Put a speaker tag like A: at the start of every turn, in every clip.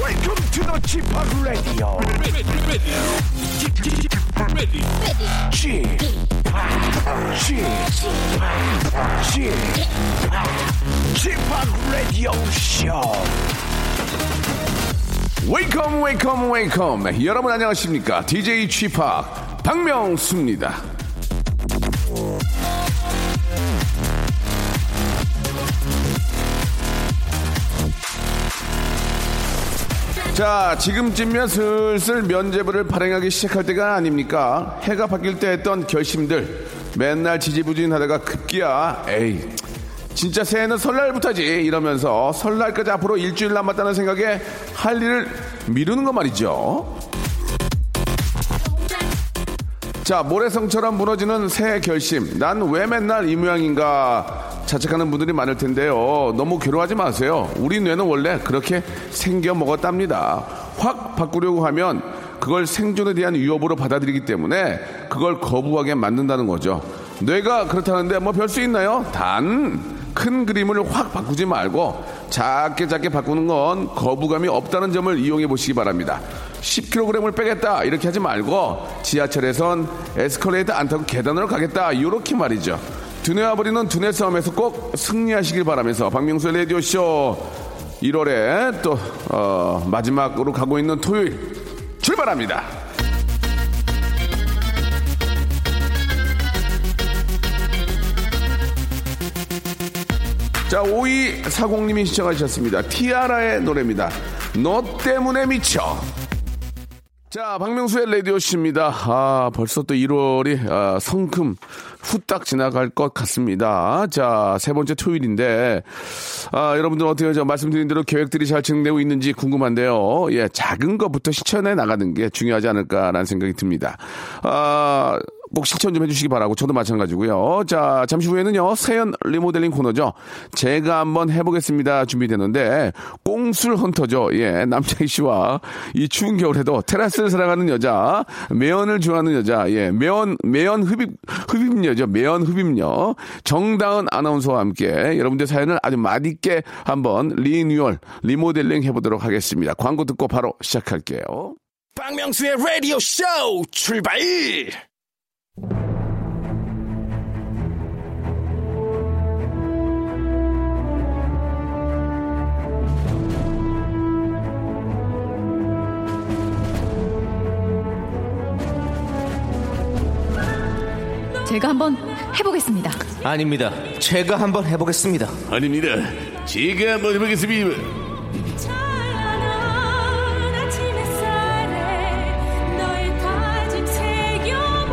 A: Welcome to the Chip Radio. Chip Chip Radio Show.
B: 웨이컴 웨이컴 웨이컴 여러분 안녕하십니까 DJ 취파 박명수입니다 자 지금쯤이면 슬슬 면제부를 발행하기 시작할 때가 아닙니까 해가 바뀔 때 했던 결심들 맨날 지지부진하다가 급기야 에이 진짜 새해는 설날부터 하지 이러면서 설날까지 앞으로 일주일 남았다는 생각에 할 일을 미루는 거 말이죠 자, 모래성처럼 무너지는 새해 결심. 난 왜 맨날 이 모양인가 자책하는 분들이 많을 텐데요. 너무 괴로워하지 마세요. 우리 뇌는 원래 그렇게 생겨 먹었답니다. 확 바꾸려고 하면 그걸 생존에 대한 위협으로 받아들이기 때문에 그걸 거부하게 만든다는 거죠. 뇌가 그렇다는데 뭐 별 수 있나요? 단 큰 그림을 확 바꾸지 말고 작게 작게 바꾸는 건 거부감이 없다는 점을 이용해 보시기 바랍니다. 10kg을 빼겠다 이렇게 하지 말고 지하철에선 에스컬레이터 안 타고 계단으로 가겠다 이렇게 말이죠. 두뇌와 버리는 두뇌 싸움에서 꼭 승리하시길 바라면서 박명수 라디오 쇼 1월에 또 어, 마지막으로 가고 있는 토요일 출발합니다. 자, 5240님이 시청하셨습니다. 티아라의 노래입니다. 너 때문에 미쳐. 자, 박명수의 라디오씨입니다. 아, 벌써 또 1월이 아, 성큼 후딱 지나갈 것 같습니다. 자, 세 번째 토요일인데, 아, 여러분들 어떻게 저 말씀드린 대로 계획들이 잘 진행되고 있는지 궁금한데요. 예, 작은 것부터 실천해 나가는 게 중요하지 않을까라는 생각이 듭니다. 아, 꼭 실천 좀 해주시기 바라고 저도 마찬가지고요. 자 잠시 후에는요 세연 리모델링 코너죠. 제가 한번 해보겠습니다 준비되는데 꽁술 헌터죠. 예 남창희 씨와 이 추운 겨울에도 테라스를 사랑하는 여자, 매연을 좋아하는 여자, 예 매연 매연 흡입 흡입녀죠. 매연 흡입녀 정다은 아나운서와 함께 여러분들 사연을 아주 맛있게 한번 리뉴얼 리모델링 해보도록 하겠습니다. 광고 듣고 바로 시작할게요.
A: 박명수의 Radio Show 출발.
C: 제가 한번 해보겠습니다.
D: 아닙니다. 제가 한번 해보겠습니다.
B: 아닙니다. 제가 한번 해보겠습니다.
E: 찬란한 아침 햇살에 너의 다짐 새겨봐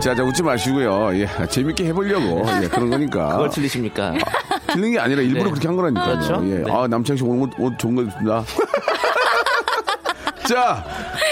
B: 자, 자, 웃지 마시고요. 예, 재밌게 해보려고. 예, 그런 거니까.
D: 그걸 틀리십니까?
B: 틀린 게 아니라 일부러
D: 네.
B: 그렇게 한 거라니까요.
D: 그렇죠?
B: 예.
D: 네.
B: 아, 남창 씨 오늘 옷, 옷 좋은 거 입나? 자,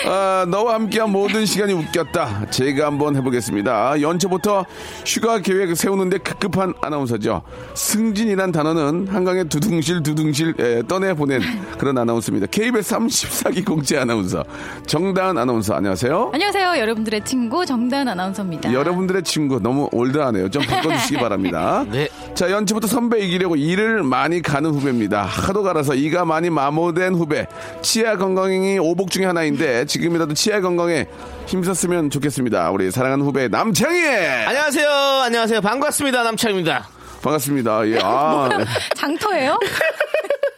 B: 아, 너와 함께한 모든 시간이 웃겼다. 제가 한번 해보겠습니다. 연초부터 휴가 계획 세우는데 급급한 아나운서죠. 승진이란 단어는 한강에 두둥실 두둥실 예, 떠내보낸 그런 아나운서입니다. KBS 34기 공채 아나운서 정다은 아나운서 안녕하세요.
C: 안녕하세요, 여러분들의 친구 정다은 아나운서입니다.
B: 여러분들의 친구 너무 올드하네요. 좀 바꿔주시기 바랍니다.
D: 네.
B: 자 연초부터 선배 이기려고 일을 많이 가는 후배입니다. 하도 갈아서 이가 많이 마모된 후배. 치아 건강이 오복 중에 하나인데 지금이라도 치아 건강에 힘썼으면 좋겠습니다. 우리 사랑하는 후배 남창희
D: 안녕하세요. 안녕하세요. 반갑습니다. 남창입니다.
B: 반갑습니다. 예, 아,
C: 장터예요?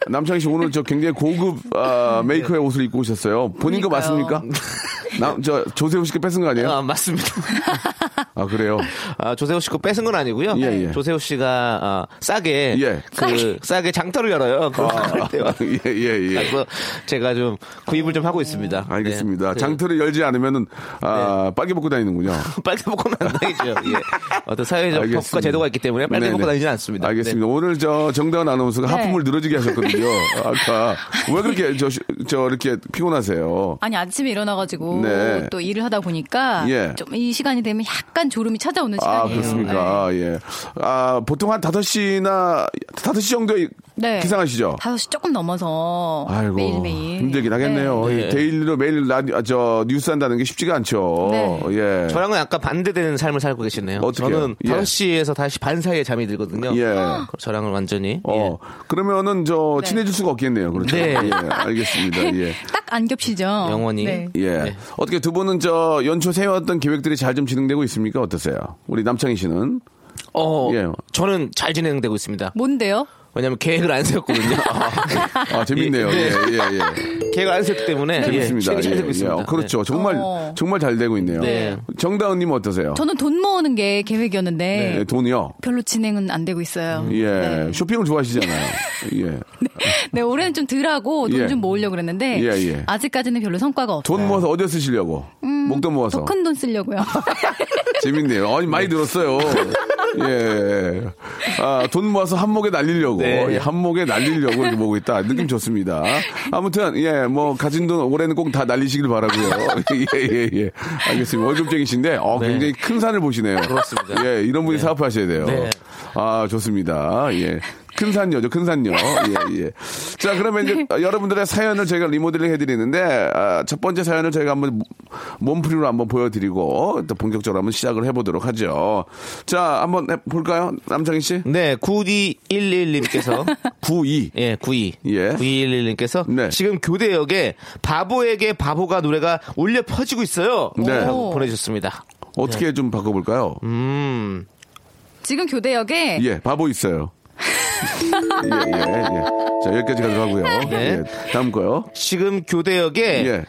B: 남창희 씨 오늘 저 굉장히 고급 아, 메이커의 옷을 입고 오셨어요. 본인 거
C: 그러니까요.
D: 어.
B: 맞습니까? 남, 저 조세호 씨께 뺏은 거 아니에요?
D: 아, 맞습니다.
B: 아 그래요.
D: 아, 조세호 씨거 뺏은 건 아니고요.
B: 예, 예.
D: 조세호 씨가 아, 싸게
B: 예. 아.
D: 그 싸게 장터를 열어요. 그 그럴 때요.
B: 예예 예.
D: 그래서 제가 좀 구입을 좀 하고 있습니다. 네. 그
B: 알겠습니다. 장터를 열지 않으면은 아 빨개 벗고 다니는군요.
D: 빨리 먹고는 안 다니죠. 예. 어떤 사회적
B: 알겠습니다.
D: 법과 제도가 있기 때문에 빨리
B: 네네.
D: 먹고 다니지는 않습니다. 네.
B: 알겠습니다. 오늘 저 정다은 아나운서가
C: 네.
B: 하품을 늘어지게 하셨거든요. 아까 왜 그렇게 저, 저 이렇게 피곤하세요?
C: 아니 아침에 일어나가지고
B: 네.
C: 또 일을 하다 보니까
B: 예.
C: 좀 이 시간이 되면 약간 졸음이 찾아오는
B: 아,
C: 시간이에요. 네.
B: 그렇습니까? 예. 아, 보통 한 5시나 5시 정도에
C: 네.
B: 기상하시죠?
C: 5시 조금 넘어서
B: 아이고.
C: 매일매일
B: 힘들긴 하겠네요. 이 데일리로 매일 라디오, 아, 저, 뉴스 한다는 게 쉽지가 않죠.
C: 네.
B: 예.
D: 저랑은 약간 반대되는 삶을 살고 계시네요.
B: 어떻게요?
D: 저는
B: 예.
D: 5시에서 5시 반 사이에 잠이 들거든요.
B: 예.
D: 저랑은 완전히.
B: 어, 그러면은 저,
C: 네.
B: 친해질 수가 없겠네요. 그렇죠.
D: 예. 네.
B: 예, 알겠습니다. 예.
C: 딱 안 겹치죠.
D: 영원히.
B: 예.
D: 네.
B: 어떻게 두 분은 저 연초 세웠던 계획들이 잘 좀 진행되고 있습니까? 어떠세요? 우리 남창희 씨는?
D: 어,
B: 예.
D: 저는 잘 진행되고 있습니다.
C: 뭔데요?
D: 왜냐면 계획을 안 세웠거든요.
B: 아, 재밌네요. 예, 예, 예.
D: 계획을 안 세웠기 때문에.
B: 재밌습니다.
D: 예, 진행이 잘
B: 예,
D: 되고 있습니다.
B: 예. 어, 그렇죠. 정말,
C: 어.
B: 정말 잘 되고 있네요.
D: 네.
B: 정다은님 어떠세요?
C: 저는 돈 모으는 게 계획이었는데
B: 예, 돈이요?
C: 별로 진행은 안 되고 있어요.
D: 음.
B: 예. 쇼핑을 좋아하시잖아요. 예.
C: 네, 올해는 좀 덜하고 돈
B: 예.
C: 좀 모으려고 그랬는데
B: 예, 예.
C: 아직까지는 별로 성과가 없어요.
B: 돈 모아서 어디에 쓰시려고? 목돈 모아서.
C: 더 음, 큰 돈 쓰려고요.
B: 재밌네요. 아니, 많이 늘었어요. 예. 아, 돈 모아서 한목에 날리려고.
D: 네.
B: 예, 한목에 날리려고 이렇게 보고 있다. 느낌 좋습니다. 아무튼, 예, 뭐, 가진 돈 올해는 꼭 다 날리시길 바라고요 예, 예, 예. 알겠습니다. 월급쟁이신데, 어,
D: 네.
B: 굉장히 큰 산을 보시네요.
D: 그렇습니다.
B: 예, 이런 분이 사업하셔야 돼요.
D: 네.
B: 아, 좋습니다. 예. 큰 산녀죠, 큰 산녀. 예, 예. 자, 그러면 이제 여러분들의 사연을 저희가 리모델링 해드리는데, 아, 첫 번째 사연을 저희가 한번 몸풀이로 한번 보여드리고, 또 본격적으로 한번 시작을 해보도록 하죠. 자, 한번 해- 볼까요? 남창희 씨?
D: 네, 9211님께서
B: 92.
D: 예, 92.
B: 예.
D: 9211님께서
B: 네.
D: 지금 교대역에 바보에게 바보가 노래가 울려 퍼지고 있어요.
B: 네.
D: 하고 보내주셨습니다.
B: 어떻게 좀 바꿔볼까요?
D: 네. 음,
C: 지금 교대역에
B: 예, 바보 있어요. 예, 예, 예. 자, 여기까지 가도록 하고요.
D: 네.
B: 예, 다음 거요.
D: 지금 교대역에
B: 예.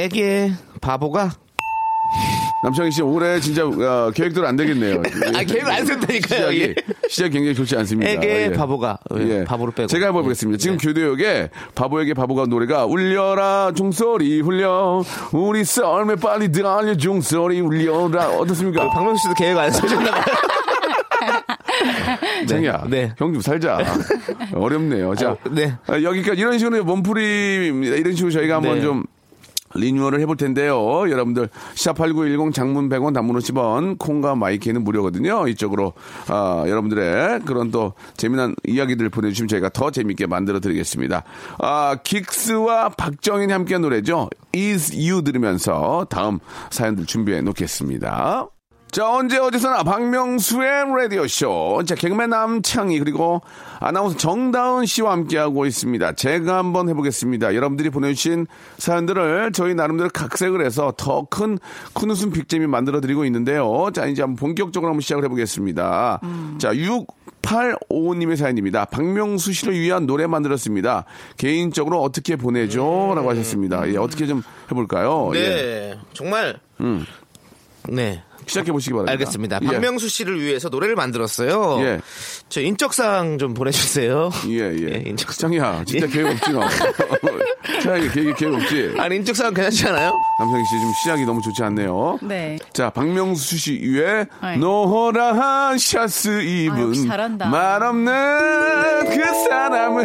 D: 애기의 바보가
B: 남창희 씨, 올해 진짜 어, 계획대로 안 되겠네요.
D: 아, 계획을 안 세웠다니까요.
B: 시작이,
D: 예.
B: 시작이 굉장히 좋지 않습니다.
D: 애기의
B: 예.
D: 바보가 예, 바보로 빼고 예.
B: 제가 해보겠습니다. 지금 교대역에 바보에게 바보가 노래가 울려라 종소리 울려 우리 썰매 빨리 들어려 종소리 울려라 어떻습니까?
D: 예. 박명수 씨도 계획 안 세우셨나봐요.
B: 장이야,
D: 네.
B: 형 좀 살자. 어렵네요. 자,
D: 아, 네.
B: 아, 여기까지 이런 식으로 몸풀이입니다. 이런 식으로 저희가 한번
D: 네.
B: 좀 리뉴얼을 해볼 텐데요. 여러분들 샵8910 장문 100원 단문 50원 콩과 마이키는 무료거든요. 이쪽으로 아, 여러분들의 그런 또 재미난 이야기들 보내주시면 저희가 더 재밌게 만들어 드리겠습니다. 아, 긱스와 박정인이 함께한 노래죠. Is You 들으면서 다음 사연들 준비해 놓겠습니다. 자 언제 어디서나 박명수의 라디오 쇼. 자 개그맨 남창희 그리고 아나운서 정다은 씨와 함께하고 있습니다. 제가 한번 해보겠습니다. 여러분들이 보내주신 사연들을 저희 나름대로 각색을 해서 더 큰 큰 웃음 빅잼이 만들어드리고 있는데요. 자 이제 한번 본격적으로 한번 시작을 해보겠습니다. 자 6855님의 사연입니다. 박명수 씨를 위한 노래 만들었습니다. 개인적으로 어떻게 보내죠라고 하셨습니다. 예 어떻게 좀 해볼까요? 예, 음.
D: 네, 정말. 네.
B: 시작해 보시기 바랍니다.
D: 알겠습니다.
B: 예.
D: 박명수 씨를 위해서 노래를 만들었어요.
B: 예.
D: 저 인적사항 좀 보내주세요.
B: 예, 예.
D: 인적사항.
B: 장이야, 진짜
D: 예.
B: 계획 없지, 너. 장이 계획, 계획 없지.
D: 아니, 인적사항 괜찮지 않아요?
B: 남창희 씨 지금 시작이 너무 좋지 않네요.
C: 네.
B: 자, 박명수 씨 위에
C: 네. 아,
B: 노란 샤스 입은
C: 역시 잘한다.
B: 말 없는 그 사람은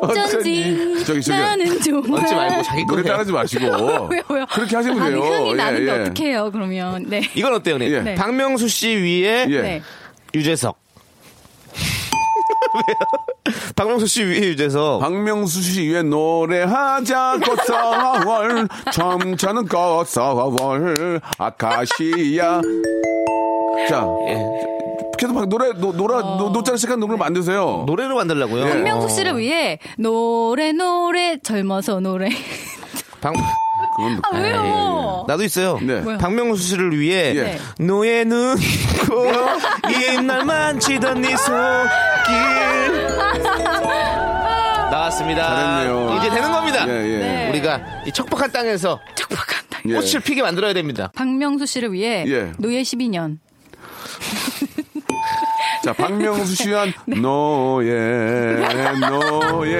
C: 어쩐지
B: 저기 저기
C: 나는 정말
D: 얹지 말고
B: 네.
D: 자기 거
B: 노래
D: 해요.
B: 따라하지 마시고
C: 왜요 왜요?
B: 그렇게 하시면 돼요.
C: 아니, 흥이
B: 예,
C: 나는데
B: 예.
C: 어떻게 해요 그러면 네.
D: 이건 어때요, 언니?
B: 예.
C: 네.
D: 박명수 씨 위에
B: 예.
C: 네.
D: 유재석. 왜요? 박명수 씨 위에 유재석.
B: 박명수 씨 위에 노래하자 꽃사월 점차는 꽃사월 아카시야 자
D: 예. 어.
B: 계속 막 노래 노, 노라 노, 노자를 시작한 노래를 만드세요
D: 노래로 만들려고요.
B: 예. 어.
C: 박명수 씨를 위해 노래 노래 젊어서 노래
D: 박-
B: 그건
C: 아 왜요?
D: 나도 있어요.
B: 네.
C: 뭐요?
D: 박명수 씨를 위해
B: 예.
D: 노예 눈고 이에 입날만 치던 네 손길 나왔습니다.
B: 잘했네요.
D: 이제 되는 겁니다.
B: 예, 예.
D: 우리가 이 척박한 땅에서
C: 척박한 땅.
B: 예.
D: 네. 꽃을 피게 만들어야 됩니다.
C: 박명수 씨를 위해
B: 예.
C: 노예 12년.
B: 자, 박명수 씨한
C: 네.
B: 노예, 노예,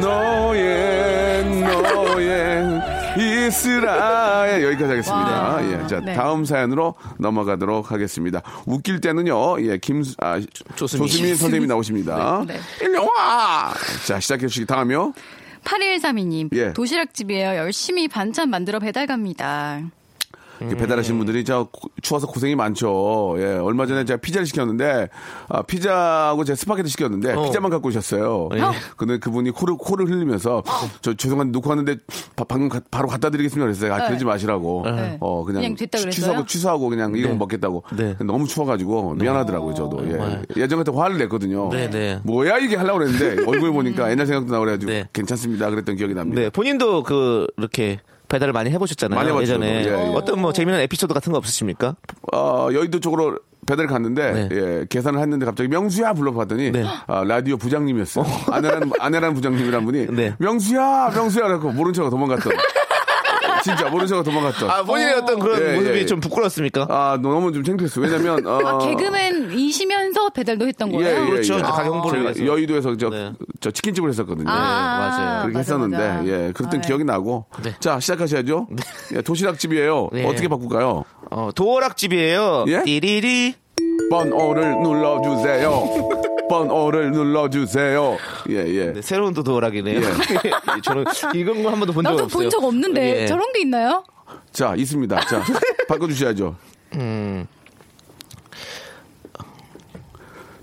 B: 노예, 노예, 이스라엘. 여기까지 하겠습니다.
C: 와,
B: 예. 자,
C: 네.
B: 다음 사연으로 넘어가도록 하겠습니다. 웃길 때는요, 예, 김, 아,
D: 조수민.
B: 조수민, 선생님이 나오십니다.
C: 네, 네.
B: 일로 와! 자, 시작해 주시기 다음이요.
C: 8132님.
B: 예.
C: 도시락집이에요. 열심히 반찬 만들어 배달 갑니다.
B: 이렇게 배달하시는 분들이 저 고- 추워서 고생이 많죠. 예, 얼마 전에 제가 피자를 시켰는데 아, 피자하고 제가 스파게티 시켰는데
D: 어.
B: 피자만 갖고 오셨어요. 근데 그분이 코를 코를 흘리면서 저 죄송한데 놓고 왔는데 바- 방금 가- 바로 갖다 드리겠습니다 그랬어요. 아,
C: 네.
B: 그러지 마시라고.
C: 네.
B: 어 그냥,
C: 그냥 됐다
B: 취-
C: 그랬어요?
B: 취소하고 취소하고 그냥 이건 먹겠다고.
D: 네.
B: 너무 추워가지고 미안하더라고요 저도.
D: 네.
B: 예. 예전 같은 화를 냈거든요.
D: 네, 네.
B: 뭐야 이게 하려고 그랬는데 얼굴 보니까 옛날 생각도 나고 그래가지고
D: 네.
B: 괜찮습니다 그랬던 기억이 납니다.
D: 네, 본인도 그 이렇게 배달을 많이 해보셨잖아요.
B: 많이 해봤죠,
D: 예전에
B: 저도. 예, 예.
D: 어떤 뭐 재미난 에피소드 같은 거 없으십니까?
B: 어, 여의도 쪽으로 배달 갔는데
D: 네.
B: 예, 계산을 했는데 갑자기 명수야 불러봤더니
D: 네.
B: 아, 라디오 부장님이었어요. 아내란 아내란 부장님이란 분이
D: 네.
B: 명수야 명수야 라고 모른 척 도망갔던. 진짜 모른 척 도망갔던.
D: 아,
B: 아,
D: 본인의 어떤 그런
B: 예,
D: 모습이
B: 예.
D: 좀 부끄러웠습니까?
B: 너무 좀 창피했어. 왜냐면 어,
C: 아, 개그맨이시면서 배달도 했던 거예요?
D: 그렇죠. 이제 가게 홍보를
B: 제가
D: 위해서.
B: 여의도에서 저,
D: 네.
B: 저 치킨집을 했었거든요.
C: 아,
D: 맞아요.
B: 그렇게
C: 맞아,
B: 했었는데
C: 맞아.
B: 예 그랬던
C: 아, 네.
B: 기억이 나고
D: 네.
B: 자 시작하셔야죠. 예, 도시락집이에요.
D: 네.
B: 어떻게 바꿀까요?
D: 어, 도어락집이에요.
B: 예?
D: 띠리리.
B: 번호를 눌러주세요. 번호를 눌러주세요. 예, 예.
D: 네, 새로운 또 도어락이네요. 저는 이건 뭐 한 번도 본 적 없어요.
C: 나도 본 적 없는데
D: 예.
C: 저런 게 있나요?
B: 자, 있습니다. 자, 바꿔주셔야죠.
D: 음.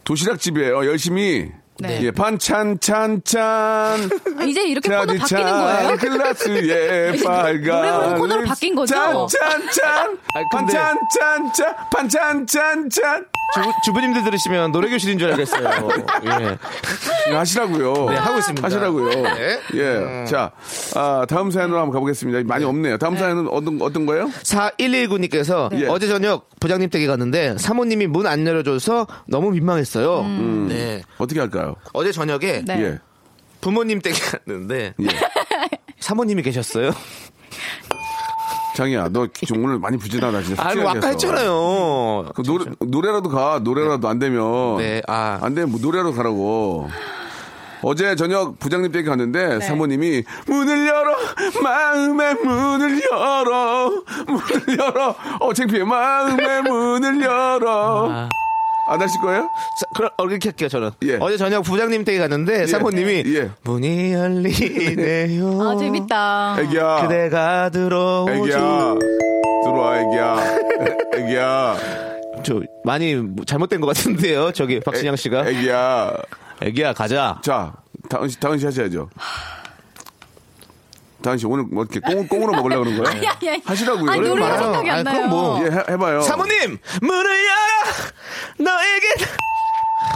B: 도시락집이에요. 열심히.
C: 네.
B: 예, 반찬, 찬, 찬.
C: 아, 이제 이렇게 코너
B: 자리,
C: 바뀌는 거예요? 네.
B: 찬, 글라스에 예, 빨간.
C: 노래 부르는 코너로 바뀐 거죠?
B: 찬, 찬, 찬.
D: 아니, 근데-
B: 반찬, 찬, 찬. 반찬, 찬, 찬.
D: 주부, 주부님들 들으시면 노래교실인 줄 알겠어요. 예.
B: 이거 하시라고요.
D: 네, 하고 있습니다.
B: 하시라고요.
D: 네.
B: 예. 자, 아, 다음 사연으로 한번 가보겠습니다. 많이 없네요. 다음 사연은 어떤, 어떤 거예요?
D: 4119님께서
C: 예.
B: 네.
D: 어제 저녁 부장님 댁에 갔는데 사모님이 문 안 열어줘서 너무 민망했어요. 네.
B: 어떻게 할까요?
D: 어제 저녁에
C: 음. 네.
B: 예.
D: 부모님 댁에 갔는데
B: 예.
D: 사모님이 계셨어요.
B: 장이야, 너 지금 오늘 많이 부진하다, 진짜.
D: 아니,
B: 숙취해야
D: 아까
B: 돼서.
D: 했잖아요. 그렇죠.
B: 그 노래, 노래라도 가. 노래라도 안 되면.
D: 네, 아.
B: 안 되면 뭐 노래로 가라고. 어제 저녁 부장님 댁에 갔는데 사모님이 문을 열어 마음의 문을 열어 문을 열어 어 창피해 마음의 문을
D: 아.
B: 열어 안 하실 거예요?
D: 자, 그럼 어, 이렇게 할게요 저는
B: 예.
D: 어제 저녁 부장님 댁에 갔는데 사모님이
B: 예.
D: 문이 열리네요
C: 아, 재밌다.
B: 애기야
D: 그대가 들어오죠
B: 애기야 들어와 애기야 애기야
D: 저 많이 뭐 잘못된 것 같은데요 저기 박신양 씨가
B: 애기야
D: 애기야 가자
B: 자, 다은 씨, 다은 씨 하셔야죠. 다은 씨, 오늘 뭐 이렇게 꽁, 꽁으로 먹으려고 그런 거예요?
C: 아니, 아니, 아니.
B: 하시라고요.
C: 아니,
B: 그러지
C: 노래가
B: 말아요.
C: 생각이 안
D: 아니,
C: 나요.
D: 그럼 뭐,
B: 예, 해, 해봐요.
D: 사모님 문을 열어 너에게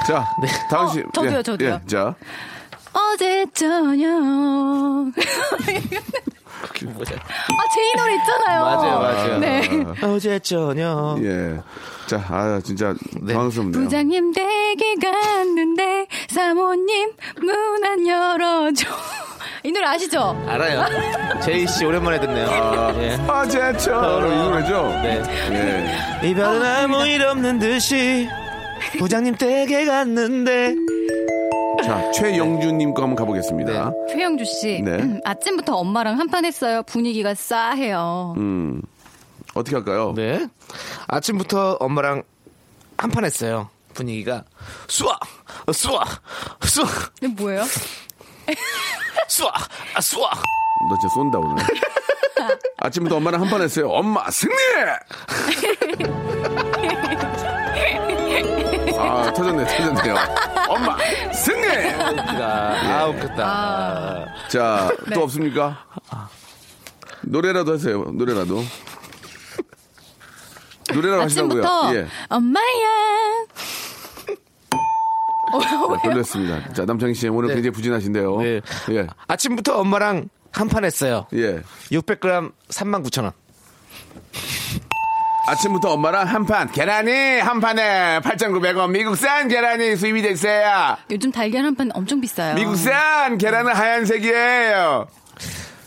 B: 자,
D: 네.
B: 다은 씨.
C: 어, 저도요,
B: 예,
C: 저도요.
B: 예, 자,
C: 어제 저녁. 아, 제 이 노래 있잖아요.
D: 맞아요, 맞아요.
C: 네.
D: 어제 저녁
B: 예. 자, 아, 진짜 당황스럽네요.
C: 부장님 댁에 갔는데 사모님 문 안 열어줘. 이 노래 아시죠?
D: 알아요 제이 씨 오랜만에 듣네요 예.
B: 어제처럼 이 노래죠?
D: 네.
B: 예.
D: 이별은 아무 일 없는 듯이 부장님 댁에 갔는데
B: 자, 최영준님 거 한번 가보겠습니다.
C: 최영주 씨.
B: 네.
C: 음, 아침부터 엄마랑 한판 했어요. 분위기가 싸해요.
B: 음. 어떻게 할까요?
D: 네. 아침부터 엄마랑 한판 했어요. 분위기가 수아 수아 수아
C: 이게 뭐예요?
D: 수아 아, 수아
B: 너 진짜 쏜다, 오늘. 아침부터 엄마랑 한판 했어요. 엄마, 승리! 아, 터졌네, 터졌네요. 엄마, 승리!
D: 아 웃겼다.
B: 자,
C: 네.
B: 또 없습니까? 노래라도 하세요. 노래라도. 노래라도 하시라고요.
C: 아침부터
B: 예.
C: 엄마야.
B: 자, 별로였습니다. 어, 자, 남창희 씨 오늘
D: 네.
B: 굉장히 부진하신데요.
D: 네.
B: 예.
D: 아침부터 엄마랑 한판 했어요.
B: 예.
D: 600g 39,000원.
B: 아침부터 엄마랑 한판 계란이 한 판에 8,900원 미국산 계란이 수입이 됐어요.
C: 요즘 달걀 한 판 엄청 비싸요.
B: 미국산 계란은 하얀색이에요.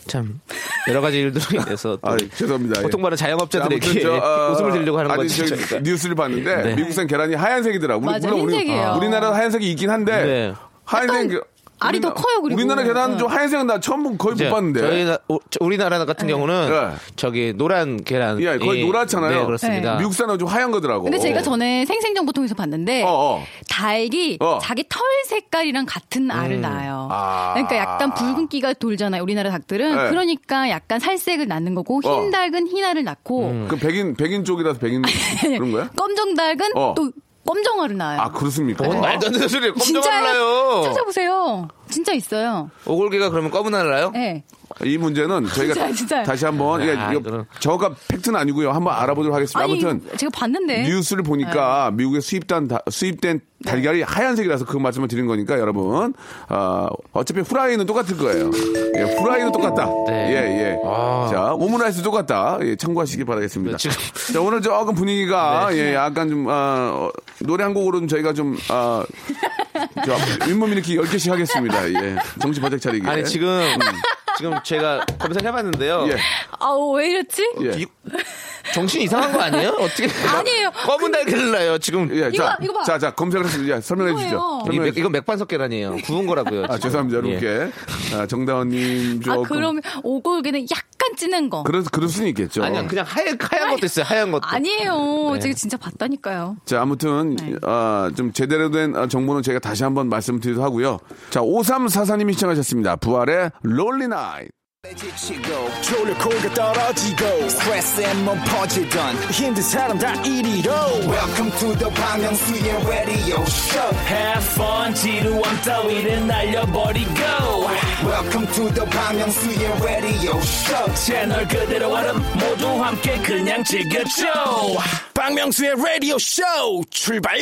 D: 참 여러 가지 일들로 인해서 또
B: 아, 죄송합니다. 예.
D: 고통받은
B: 아무튼
D: 자영업자들에게
B: 저, 아,
D: 웃음을 드리려고 하는
B: 아니,
D: 건지
B: 저
D: 저희가.
B: 뉴스를 봤는데
D: 네.
B: 미국산 계란이 하얀색이더라고.
C: 맞아, 흰색이에요.
B: 우리나라 하얀색이 있긴 한데
D: 네.
B: 하얀색
C: 약간 알이 더
B: 우리나-
C: 커요, 그리고. 네.
B: 우리나라 계란은 좀 하얀색은 나 처음 본- 거의
D: 이제
B: 못 봤는데.
D: 저희 나- 오- 저- 우리나라 같은 경우는
B: 네.
D: 저기 노란 계란
B: 예, 거의 노랗잖아요.
D: 네, 그렇습니다.
B: 미국산은 좀 하얀 거더라고.
C: 근데 제가 전에 생생정보통에서 봤는데
B: 어, 어.
C: 닭이
B: 어.
C: 자기 털 색깔이랑 같은 알을 낳아요.
B: 아.
C: 그러니까 약간 붉은기가 돌잖아요. 우리나라 닭들은
B: 네.
C: 그러니까 약간 살색을 낳는 거고
B: 어.
C: 흰 닭은 흰 알을 낳고
B: 그 백인 백인 쪽이라서 백인 그런 거야?
C: 검정 닭은
B: 어.
C: 또 검정 알을 낳아요.
B: 아 그렇습니까?
D: 뭔 말도 안 되는 소리를 검정 알라요.
C: 찾아보세요. 진짜 있어요.
D: 오골개가 그러면 검은 알라요?
C: 예.
B: 이 문제는 저희가
C: 진짜요, 진짜요.
B: 다시 한번 이게
D: 아,
B: 이거
D: 이거는-
B: 정확한 팩트는 아니고요. 한번 알아보도록 하겠습니다.
C: 아니
B: 아무튼
C: 제가 봤는데
B: 뉴스를
C: 아.
B: 보니까 미국에 수입된 다- 수입된
C: 네.
B: 달걀이 하얀색이라서 그 말씀을 드린 거니까 여러분 어, 어차피 후라이는 똑같을 거예요. 예, 후라이는 똑같다.
D: 네.
B: 예, 예.
D: 아.
B: 자, 오므라이스 똑같다. 예, 참고하시기 바라겠습니다.
D: 네, 지금-
B: 자, 오늘 조금 분위기가
D: 네,
B: 예, 약간 좀 아, 어, 노래 한 곡으로는 저희가 좀 아, 저, 윗몸 이렇게 10개씩 하겠습니다. 예. 정신 바짝 차리기.
D: 아니 지금 지금 제가 검사를 해봤는데요.
B: 예.
C: 아우 어, 왜 이랬지?
B: 예.
D: 이- 정신 이상한 거 아니에요? 어떻게
C: 아니에요.
D: 검은 달걀을 낳아요 지금.
B: 예,
C: 이거
B: 자,
C: 봐, 이거 봐.
B: 자, 자, 검색을 했습니다. 설명해 주시죠.
C: 이거예요.
D: 어, 이
B: 설명해
D: 맥,
B: 주시죠.
D: 이건 맥반석 계란이에요. 구운 거라고요.
B: 아,
D: 지금.
B: 죄송합니다, 여러분께.
D: 예.
B: 아, 정다원님
C: 아
B: 조금.
C: 그러면 오골개는 약간 찌는 거.
B: 그래서 그럴 수는 있겠죠.
D: 아니야 그냥 하얀 하얀 것도 있어요. 하얀 것도.
C: 아니에요.
D: 네.
C: 제가 진짜 봤다니까요.
B: 자, 아무튼 아, 좀 제대로 된 아, 정보는 제가 다시 한번 말씀드리도 하고요. 자, 5344님이 시청하셨습니다. 부활의 롤리 나이.
A: 지치고, 졸려 코가 떨어지고, 스트레스에 몸 퍼지던, 힘든 사람 다 이리로. welcome to the Bang Myung-soo's radio show
F: Have fun 지루함 따위를 날려버리고
A: welcome to the Bang Myung-soo's radio show
F: 채널 그대로 와름 모두 함께 그냥 즐겨줘
A: 박명수의 라디오 쇼 출발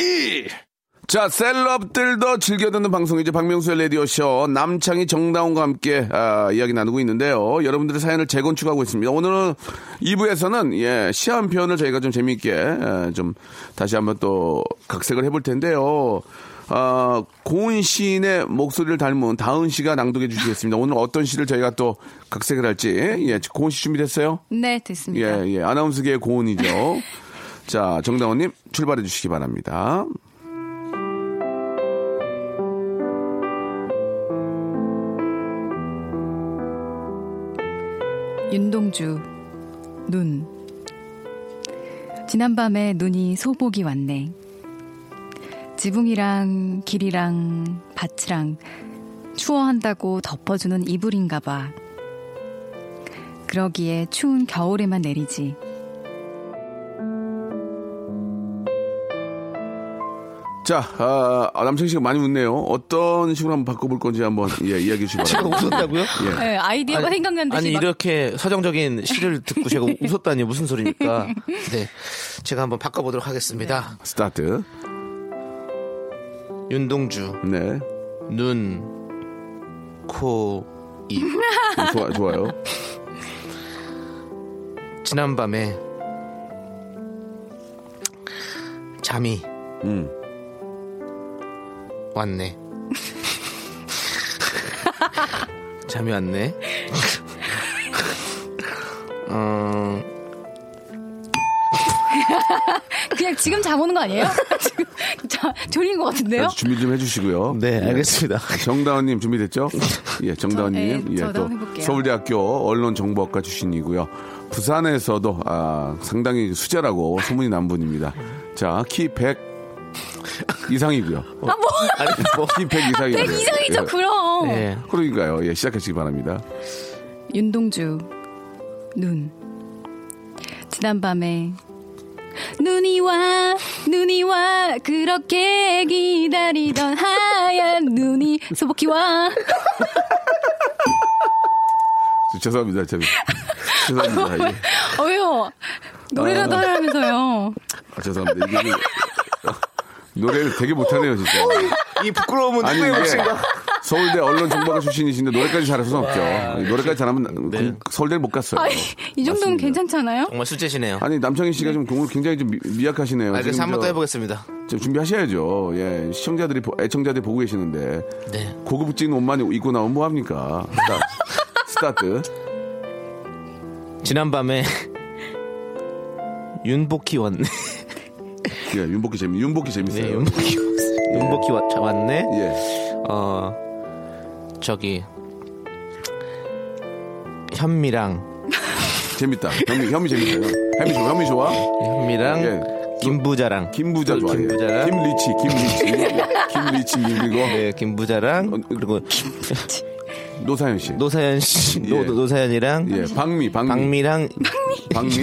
B: 자, 셀럽들도 즐겨 듣는 방송이죠. 박명수의 라디오쇼. 남창희 정다운과 함께, 아, 이야기 나누고 있는데요. 여러분들의 사연을 재건축하고 있습니다. 오늘은 2부에서는, 예, 시한 표현을 저희가 좀 재미있게, 예, 좀, 다시 한번 또, 각색을 해볼 텐데요. 아, 고은 시인의 목소리를 닮은 다은 씨가 낭독해 주시겠습니다. 오늘 어떤 시를 저희가 또 각색을 할지. 예, 고은 씨 준비됐어요?
C: 네 됐습니다.
B: 예, 예. 아나운서계의 고은이죠. 자, 정다원님 출발해 주시기 바랍니다.
C: 윤동주 눈 지난밤에 눈이 소복이 왔네 지붕이랑 길이랑 밭이랑 추워한다고 덮어주는 이불인가 봐 그러기에 추운 겨울에만 내리지
B: 자, 아, 아, 남창희 씨가 많이 웃네요. 어떤 식으로 한번 바꿔볼 건지 한번 예, 이야기해 주시기
D: 제가
B: 바랍니다.
D: 웃었다고요?
B: 예.
C: 네, 아이디어가 생각난 듯이
D: 아니
C: 막-
D: 이렇게 서정적인 시를 듣고 제가 웃었다니 무슨 소리입니까? 네, 제가 한번 바꿔보도록 하겠습니다.
B: 스타트.
D: 윤동주
B: 네.
D: 눈, 코, 입.
B: 좋아, 좋아요.
D: 지난밤에 잠이
B: 음.
D: 왔네. 잠이 왔네. 어,
C: 그냥 지금 자보는 거 아니에요? 지금 자, 졸린 것 같은데요?
B: 다시 준비 좀 해주시고요. 예.
D: 네, 알겠습니다.
B: 정다은님 준비됐죠? 예,
C: 저,
B: 정다은님.
C: 예,
B: 예,
C: 저도
B: 또
C: 한번 해볼게요.
B: 서울대학교 언론정보학과 출신이고요. 부산에서도 아, 상당히 수재라고 소문이 난 분입니다. 자, 키 100. 이상이고요.
C: 아 뭐?
D: 아니, 뭐,
B: 키 100 이상이고요.
C: 백 네, 이상이죠
B: 예.
C: 그럼
D: 네.
B: 그러니까요. 예, 시작하시기 바랍니다.
C: 윤동주 눈 지난밤에 눈이 와 눈이 와 그렇게 기다리던 하얀 눈이 소복히 와
B: 죄송합니다. 제가. 죄송합니다. 예.
C: 어, 왜요 노래라도 하라면서요
B: 아, 죄송합니다. 이게 좀- 노래를 되게 못하네요, 진짜.
D: 이 부끄러움은
B: 아니,
D: 누구의
B: 이게
D: 몫인가?
B: 서울대 언론정보과 출신이신데 노래까지 잘할 수는 없죠. 노래까지 잘하면 군- 서울대를 못 갔어요.
C: 아이 이 정도면
B: 맞습니다.
C: 괜찮잖아요
D: 정말 수제시네요.
B: 아니, 남창희 씨가 좀 공을 굉장히 좀 미- 미약하시네요.
D: 알겠습니다.
B: 지금
D: 아, 한번 또
B: 저-
D: 해보겠습니다.
B: 지금 준비하셔야죠. 예, 시청자들이, 보- 애청자들이 보고 계시는데.
D: 네.
B: 고급진 옷만 입고 나오면 뭐합니까? 뭐 스타- 스타트.
D: 지난밤에 윤복희 왔네.
B: 예, 윤복희 재미, 윤복희
D: 네,
B: 재밌어요.
D: 윤복희 왔어. 윤복희 왔, 왔네.
B: 예,
D: 어 저기 현미랑
B: 재밌다. 현미, 현미 재밌어요. 현미 좋아, 현미 좋아.
D: 현미랑
B: 예.
D: 김부자랑
B: 김부자 좋아.
D: 김부자랑
B: 김리치, 김리치, 김리치 그리고
D: 네,
B: 어,
D: 김부자랑 그리고
B: 노사연 씨.
D: 노사연 씨 노,
B: 예.
D: 노사연이랑
B: 예, 박미, 박미, 박미,
D: 박미랑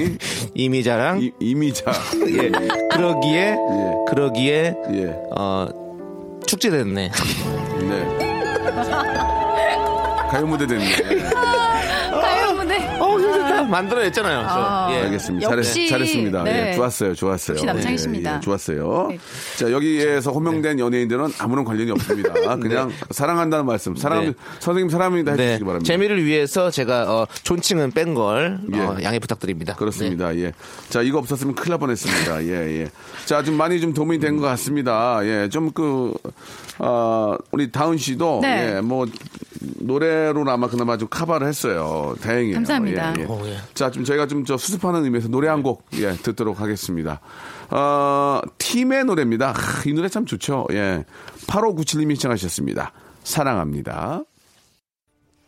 D: 이미자랑
B: 이, 이미자.
D: 예. 그러기에
B: 예.
D: 그러기에
B: 예,
D: 어 축제됐네.
B: 네. 가요 무대 됐네.
C: 가요 무대.
D: 어 힘들다 만들어냈잖아요. 저. 예.
B: 알겠습니다.
C: 역시,
B: 잘했, 습니다
C: 네.
B: 예, 좋았어요. 좋았어요.
C: 역시 남창이십니다.
B: 예, 예, 좋았어요.
C: 네.
B: 자, 여기에서 호명된 연예인들은 아무런 관련이 없습니다. 그냥 사랑한다는 말씀. 사랑,
D: 네.
B: 선생님 사랑합니다
D: 네,
B: 해주시기 바랍니다.
D: 재미를 위해서 제가 어, 존칭은 뺀 걸 어,
B: 예.
D: 양해 부탁드립니다.
B: 그렇습니다.
C: 네.
B: 예. 자, 이거 없었으면 큰일 날 뻔했습니다. 예, 예. 자, 좀 많이 좀 도움이 된 것 같습니다. 예, 좀 그, 아, 우리 다은 씨도,
C: 네.
B: 예, 뭐, 노래로나마 그나마 좀 커버를 했어요. 다행이에요.
C: 감사합니다.
B: 예, 예.
D: 오, 예.
B: 자, 좀 저희가 좀 저 수습하는 의미에서 노래 한 곡, 예, 듣도록 하겠습니다. 어, 팀의 노래입니다. 하, 이 노래 참 좋죠. 예. 8597님이 시청하셨습니다. 사랑합니다.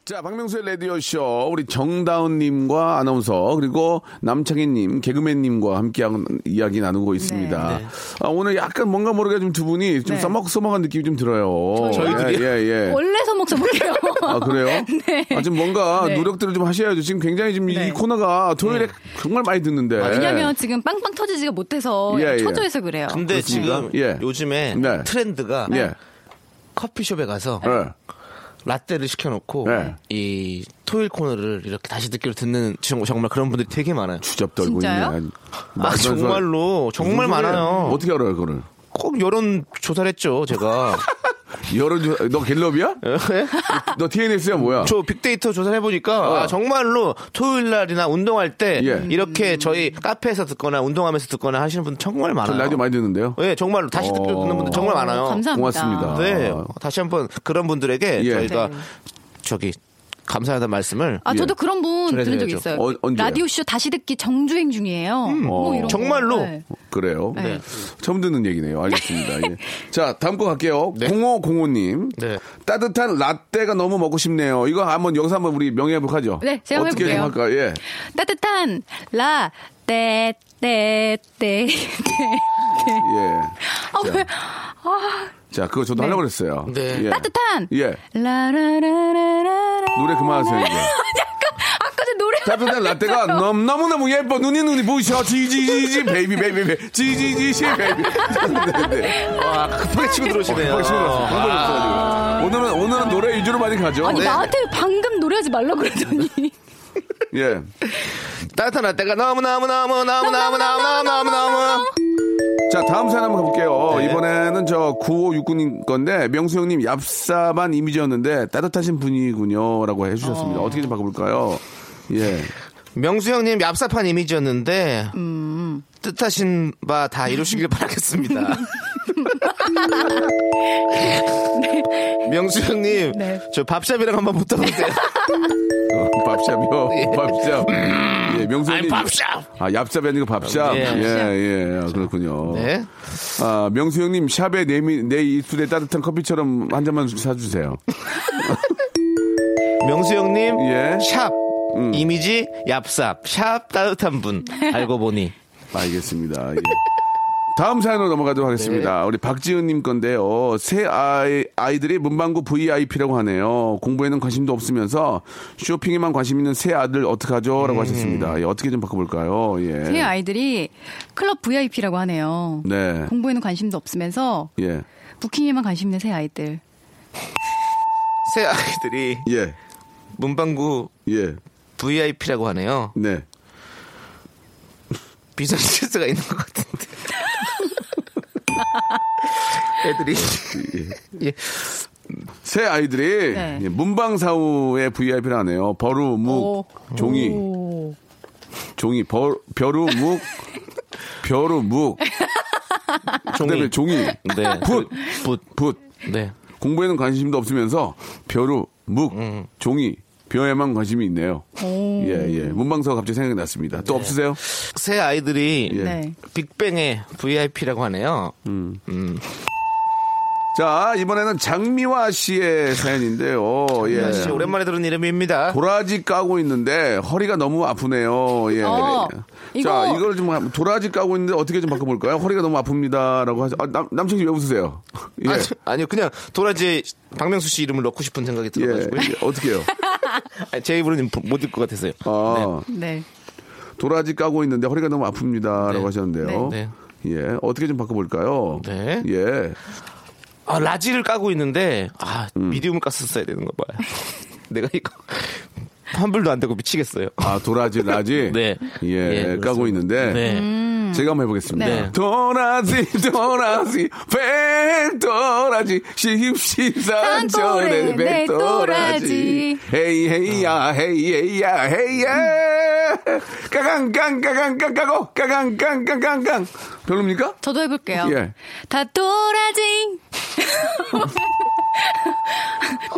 B: 자, 박명수의 라디오쇼, 우리 정다은님과 아나운서, 그리고 남창희님, 개그맨님과 함께 한 이야기
C: 네.
B: 나누고 있습니다. 아, 오늘 약간 뭔가 모르게 좀 두 분이 좀
C: 네.
B: 써먹써먹한 느낌이 좀 들어요.
D: 저희들이요?
B: 예, 예. 예.
C: 원래 서먹 서먹해요.
B: 아, 그래요?
C: 네.
B: 아, 지금 뭔가
C: 네.
B: 노력들을 좀 하셔야죠. 지금 굉장히 지금
C: 네. 아,
B: 이 코너가 토요일에 정말 많이 듣는데.
C: 왜냐면 지금 빵빵 터지지가 못해서
B: 네. 예, 예.
C: 초조해서 그래요.
D: 네. 근데 지금
B: 예.
D: 요즘에
B: 네.
D: 트렌드가
B: 예.
D: 커피숍에 가서
C: 아,
B: 예.
D: 라떼를 시켜놓고
B: 네.
D: 이 토요일 코너를 이렇게 다시 듣기로 듣는 정- 정말 그런 분들이 되게 많아요.
B: 주접 떨고
C: 진짜요?
B: 있네.
D: 아, 정말로 정말 많아요.
B: 어떻게 알아요, 그거를?
D: 꼭 여론 조사를 했죠 제가.
B: 여론조사, 너 갤럽이야?
D: 예?
B: 너 TNS야, 뭐야?
D: 저 빅데이터 조사를 해보니까 아, 정말로 토요일 날이나 운동할 때
B: 어. 예.
D: 이렇게 저희 카페에서 듣거나 운운동하면서 듣거나 하시는 분 정말
B: 저
D: 많아요.
B: 라디오 많이 듣는데요?
D: 예, 정말로 다시 듣기로
B: 어.
D: 듣는 분들 정말 많아요.
C: 감사합니다.
B: 고맙습니다.
D: 네,
B: 아.
D: 다시 한번 그런 분들에게
B: 예.
D: 저희가
C: 네.
D: 저기 감사하다는 말씀을
C: 아, 저도
B: 예.
C: 그런 분 들은 적
D: 전해드려야죠.
C: 있어요.
B: 어, 언제요? 어.
C: 라디오쇼 다시 듣기 정주행 중이에요. 뭐 이런 거.
D: 음. 정말로?
C: 네.
B: 그래요.
C: 네.
B: 처음 듣는 얘기네요. 알겠습니다. 예. 자, 다음 거 갈게요. 0505님.
D: 네.
B: 따뜻한 라떼가 너무 먹고 싶네요. 이거 한번 여기서 한번 우리 명예회복하죠.
C: 네, 제가 한번
B: 어떻게
C: 해볼게요.
B: 좀 할까? 예.
C: 따뜻한 라떼떼떼떼 네.
B: 예.
C: 아, 왜? 아,
B: 자, 그거 저도 하려고 그랬어요.
D: 네.
B: 예.
C: 따뜻한
B: 예.
C: 라라라라라라
B: 노래 그만하세요, 이제.
C: 잠깐 아까 전 노래
B: 따뜻한 라떼가 너무 너무너무 예뻐. 눈이 눈이 보이셔. 지지지지 베이비 베이비 베이비. 지지지지 베이비. 네, 네.
D: 와 급하게 치고 들어오시네요.
B: 확실히 그렇습니다.
D: 아.
B: 방금 없어가지고. 오늘은 오늘은 노래 위주로 많이 가죠.
C: 아니
B: 네.
C: 나한테 방금 노래하지 말라 그러더니
B: 예.
D: 따뜻한 라떼가 너무 너무 너무 너무 너무 너무 너무 너무
B: 자, 다음 사연 한번 가볼게요.
D: 네.
B: 이번에는 저 9569님 건데, 명수 형님 얍삽한 이미지였는데, 따뜻하신 분이군요. 라고 해주셨습니다. 어. 떻게좀 바꿔볼까요? 예.
D: 명수 형님 얍삽한 이미지였는데 뜻하신 바 다 이루시길 바라겠습니다. 명수 형님
C: 네.
D: 저 밥샵이랑 한번 붙어보세요.
B: 어, 밥샵이요. 밥샵. 예, 명수
D: 아니
B: 형님.
D: 밥샵.
B: 아, 얍삽이 아니고 밥샵.
D: 예.
B: 예, 예, 아, 그렇군요.
D: 네.
B: 아, 명수 형님 샵에 내, 미- 내 입술에 따뜻한 커피처럼 한 잔만 사주세요.
D: 명수 형님
B: 예.
D: 샵 이미지 얍삽 샵 따뜻한 분 알고 보니
B: 알겠습니다. 예. 다음 사연으로 넘어가도록 하겠습니다.
C: 네.
B: 우리 박지은님 건데요. 새 아이, 아이들이 문방구 VIP라고 하네요. 공부에는 관심도 없으면서 쇼핑에만 관심 있는 새 아들 어떡하죠? 라고 하셨습니다. 예, 어떻게 좀 바꿔볼까요? 예.
C: 제 음. 아이들이 클럽 VIP라고 하네요.
B: 네.
C: 공부에는 관심도 없으면서
B: 예.
C: 부킹에만 관심 있는 새 아이들.
D: 새 아이들이
B: 예.
D: 문방구
B: 예.
D: VIP라고 하네요.
B: 네.
D: 비즈니스가 있는 것 같은데. 애들이 예.
B: 새 아이들이
C: 네.
B: 예, 문방사우의 VIP라네요. 버루, 묵, 종이.
C: 오.
B: 종이, 벌, 벼루, 묵, 벼루, 묵. 그다음에
D: 종이
B: 종이.
D: 네.
B: 붓.
D: 붓.
B: 붓.
D: 네. 음.
B: 공부에는 관심도 없으면서 벼루, 묵, 종이, 벼에만 관심이 있네요.
C: 음.
B: 예, 예. 문방서 갑자기 생각이 났습니다.
D: 네.
B: 또 없으세요?
D: 새 아이들이
B: 예.
C: 네.
D: 빅뱅의 VIP라고 하네요. 음.
B: 자, 이번에는 장미화 씨의 사연인데요. 예.
D: 씨, 오랜만에 들은 이름입니다.
B: 도라지 까고 있는데 허리가 너무 아프네요. 예.
C: 어,
B: 자,
C: 이거-
B: 이걸 좀 한- 도라지 까고 있는데 어떻게 좀 바꿔볼까요? 허리가 너무 아픕니다라고 하죠. 아, 남 남창 씨왜 웃으세요? 예.
D: 아니, 아니요, 그냥 도라지 박명수 씨 이름을 넣고 싶은 생각이
B: 예.
D: 들어가지고
B: 어떻게요?
D: 제 입으로는 못들것 같아서요.
B: 아,
C: 네.
B: 도라지 까고 있는데 허리가 너무 아픕니다라고 하셨는데요.
D: 네.
B: 예. 어떻게 좀 바꿔볼까요?
D: 네.
B: 예.
D: 아, 라지를 까고 있는데 아
B: 음.
D: 미디움을 깠써야 되는 거 봐요. 내가 이거 환불도 안 되고 미치겠어요.
B: 아, 도라지, 라지?
D: 네.
B: 예,
D: 예,
B: 까고
D: 그렇습니다.
B: 있는데.
D: 네.
B: 제가 한번 해보겠습니다.
D: 네.
B: 도라지, 도라지, 백 도라지, 십십삼천에 백 도라지. 헤이, 헤이야, 헤이, 헤이야, 헤이야. 까강깡, 까강깡, 까고, 까강깡, 까강깡. 별로입니까?
C: 저도 해볼게요.
B: 예.
C: 다 도라지.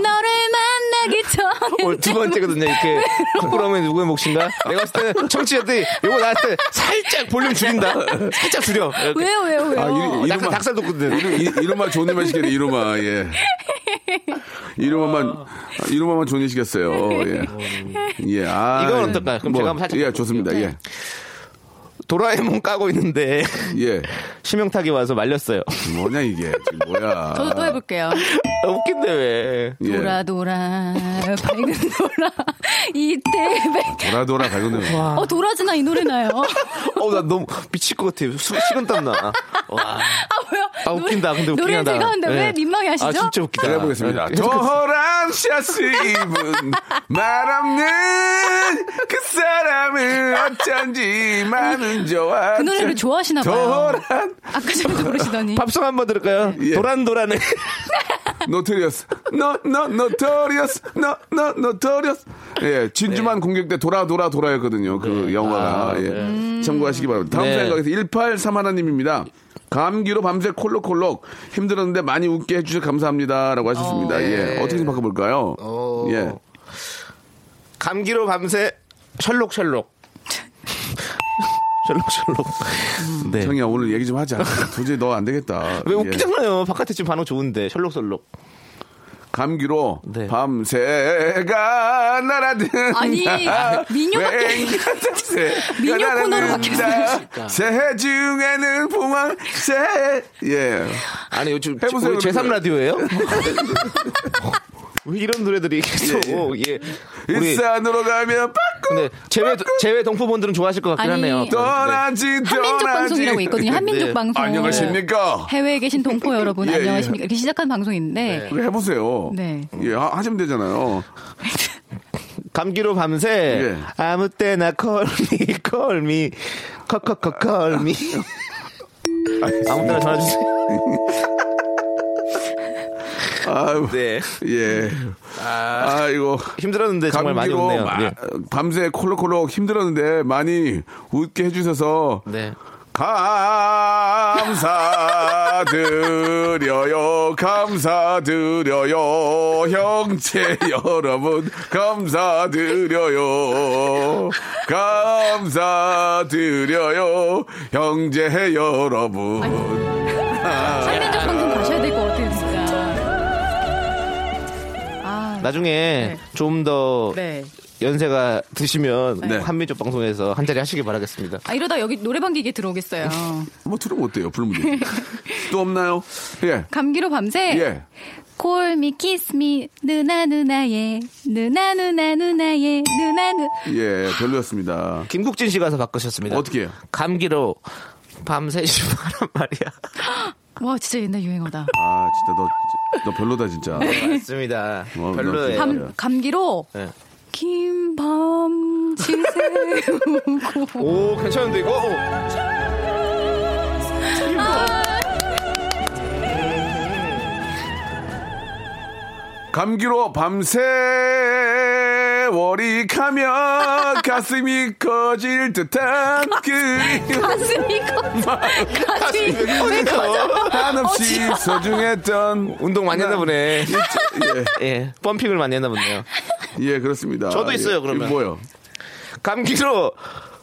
C: 너를 만나기 전에.
D: 오늘 두 번째거든요. 이렇게 거꾸로 하면 누구의 몫인가? 내가 봤을 때는 청취자들이 이거 나한테 살짝 볼륨 줄인다. 살짝 줄여. 이렇게.
C: 왜요, 왜요, 왜요?
B: 아, 이름,
D: 닭살,
B: 이름만.
D: 닭살 돋거든.
B: 이- 이름만 존이만 시겠네 이름만 예 이름만 이름만 존이시겠어요 예. 예예아
D: 이건 어떨까요? 그럼 제가 한번 살짝
B: 예 좋습니다 예예
D: 도라에몽 까고 있는데 심형탁이 와서 말렸어요.
B: 예, 뭐냐 이게 지금 뭐야
C: 저도 또 해볼게요.
D: 아, 웃긴데 왜?
B: 예.
C: 돌아, 돌아, 밝은 돌아, 이태백.
B: 돌아 돌아 밝은데
C: 어, 도라지나 이 노래 나요. 아,
D: 어 나 너무 미칠 것 같아. 수, 식은 땀 나. 와.
C: 아, 뭐요?
D: 아
C: 노래-
D: 웃긴다. 근데 웃긴다.
C: 노래를 제가 하는데
D: 예.
C: 왜 민망해 하시죠?
D: 아 진짜 웃기다.
B: 잘 해보겠습니다
D: 예.
B: 도란 샷스 입은 말 없는 그 사람은 어쩐지 많은 좋아
C: 그 노래를 좋아하시나 봐요.
B: 도란
C: 아까 전에도 부르시더니.
D: 팝송 한번 들을까요?
B: 예.
D: 도란도란해.
B: 노토리어스. 노, 노, 노토리어스. 노, 노, 노토리어스. 예,
D: 네.
B: 진주만 공격 때 돌아, 돌아, 돌아였거든요. 그 영화가. 예. 참고하시기 바랍니다. 다음
D: 네.
B: 생각에서 183 하나님입니다. 감기로 밤새 콜록콜록 힘들었는데 많이 웃게 해주셔서 감사합니다라고 하셨습니다. 예, 어떻게 좀 바꿔볼까요?
D: 아, 네. 어.
B: 예,
D: 감기로 밤새 셜록셜록.
C: 음.
D: 셜록셜록. 네.
B: 청이야 오늘 얘기 좀 하자. 도저히 너 안 되겠다.
D: 왜
B: 예.
D: 웃기잖아요. 바깥에 지금 반응 좋은데 셜록셜록.
B: 감기로
D: 네.
B: 밤새가 날아든
C: 아니, 민요 밖에- 민요 코너로
D: 그러니까.
B: 바뀌었습니다. 그러니까 새 중에는 봉황 새예
D: 아니 요즘
B: 해보세요,
D: 우리 제3
B: 그러면.
D: 라디오예요? 왜 이런 노래들이 계속 예. 우리
B: 일산으로 가면 빠꾸
D: 근데 제외 제외 동포분들은 좋아하실 것 같긴
C: 아니,
D: 하네요.
B: 떠나지
C: 한민족 방송이라고
B: 떠나지
C: 있거든요. 한민족
D: 네.
C: 방송.
B: 안녕하십니까
C: 해외에 계신 동포 여러분
B: 예, 네. 예.
C: 안녕하십니까. 이렇게 시작한 방송인데.
B: 그래 해보세요
C: 네.
B: 예 하, 시면 되잖아요
D: 네. 감기로 밤새
B: 예.
D: 아무 때나 콜미 콜미 컷컷컷 콜미 아무 때나 전화 주세요.
B: 아유
D: 네.
B: 예 아이고
D: 힘들었는데 정말 많이 웃네요.
B: 마-
D: 예.
B: 밤새 콜록콜록 힘들었는데 많이 웃게 해주셔서
D: 네.
B: 감사드려요, 감사드려요, 형제 여러분, 감사드려요, 감사드려요, 형제 여러분.
C: 한민족 방송 가셔야 될 것 같아요, 진짜. 아,
D: 나중에 좀 더
C: 네.
D: 연세가 드시면
B: 네.
D: 한민족 방송에서 한 자리 하시길 바라겠습니다.
C: 아, 이러다 여기 노래방 기계 들어오겠어요.
B: 뭐 들으면 어때요, 부르면 돼요. 또 없나요? 예,
C: 감기로 밤새
B: 예.
C: 콜미 키스미 누나 누나예 누나 누나 누나예 누나 누
B: 예, 별로였습니다.
D: 김국진 씨 가서 바꾸셨습니다.
B: 어떻게 해요?
D: 감기로 밤새 쉬바란 말이야.
C: 와 진짜 옛날 유행어다.
B: 아, 진짜 너, 진짜 너 별로다, 진짜.
D: 맞습니다.
B: 어,
D: 별로예요.
B: 감-
C: 감 감기로
D: 네.
C: 긴밤 지새우고
D: 오 괜찮은데 이거 어, 오.
B: 감기로 밤새월이 가면 가슴이 커질 듯한 그리움
C: 가슴이 커 가슴이 왜 어, 커져?
B: 한없이 소중했던
D: 운동 많이 했나 보네.
B: 예.
D: 예, 펌핑을 많이 했나 보네요.
B: 예, 그렇습니다.
D: 저도 있어요,
B: 예.
D: 그러면.
B: 뭐요?
D: 감기로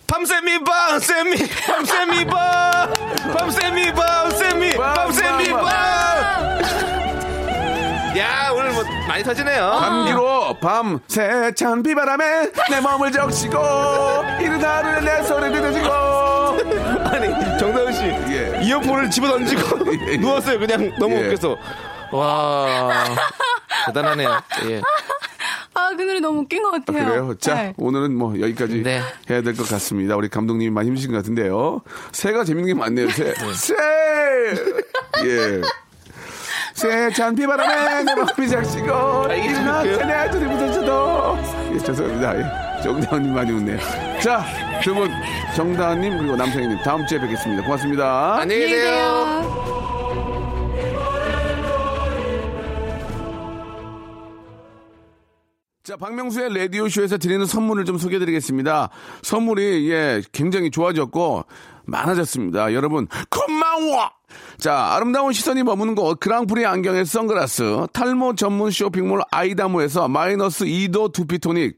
D: 밤샘이 밤샘이 밤샘이 밤 밤샘이 밤샘이 밤샘이 밤야 오늘 뭐 많이
C: 아.
D: 터지네요
B: 감기로 밤 세찬 비바람에 내 몸을 적시고 이른 하루에 내 손에 비대시고
D: 아니 정다은 씨
B: 예.
D: 이어폰을 집어 던지고
B: 예.
D: 누웠어요 그냥 너무
B: 예.
D: 웃겨서 와 대단하네요 예.
C: 아, 그 노래 너무 웃긴 것 같아요.
B: 그래요? 자
C: 네.
B: 오늘은 뭐 여기까지
D: 네.
B: 해야 될 것 같습니다 우리 감독님이 많이 힘드신 것 같은데요 새가 재밌는 게 많네요 새 새! 예. 세찬 비바람에 내 몸이 적시고
D: 아,
B: 이른 하루에 내 손에 비대시도 예, 죄송합니다 예. 정다은님 많이 웃네요 자 두분 정다은님 그리고 남성희님 다음 주에 뵙겠습니다 고맙습니다
D: 안녕히 계세요
B: 자, 박명수의 라디오쇼에서 드리는 선물을 좀 소개해드리겠습니다. 선물이, 예, 굉장히 좋아졌고, 많아졌습니다. 여러분, 고마워! 자, 아름다운 시선이 머무는 곳, 그랑프리 안경의 선글라스, 탈모 전문 쇼핑몰 아이다모에서 마이너스 2도 두피토닉,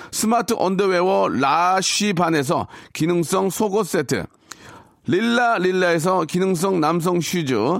B: 스마트 언더웨어 라쉬반에서 기능성 속옷 세트, 릴라 릴라에서 기능성 남성 슈즈,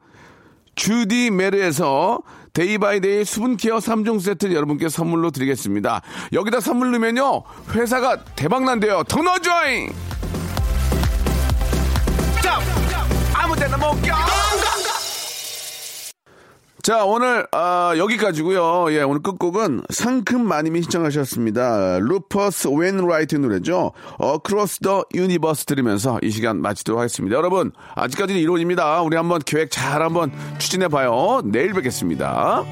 B: 주디 메르에서 데이바이데이 수분케어 3종 세트 여러분께 선물로 드리겠습니다. 여기다 선물 넣으면요, 회사가 대박난대요. 덕너조잉! 자, 오늘, 아, 여기까지고요 예, 오늘 끝곡은 상큼 마님이 신청하셨습니다. 루퍼스 웬라이트 노래죠. Across the Universe 들으면서 이 시간 마치도록 하겠습니다. 여러분, 아직까지는 이론입니다. 우리 한번 계획 잘 한번 추진해봐요. 내일 뵙겠습니다.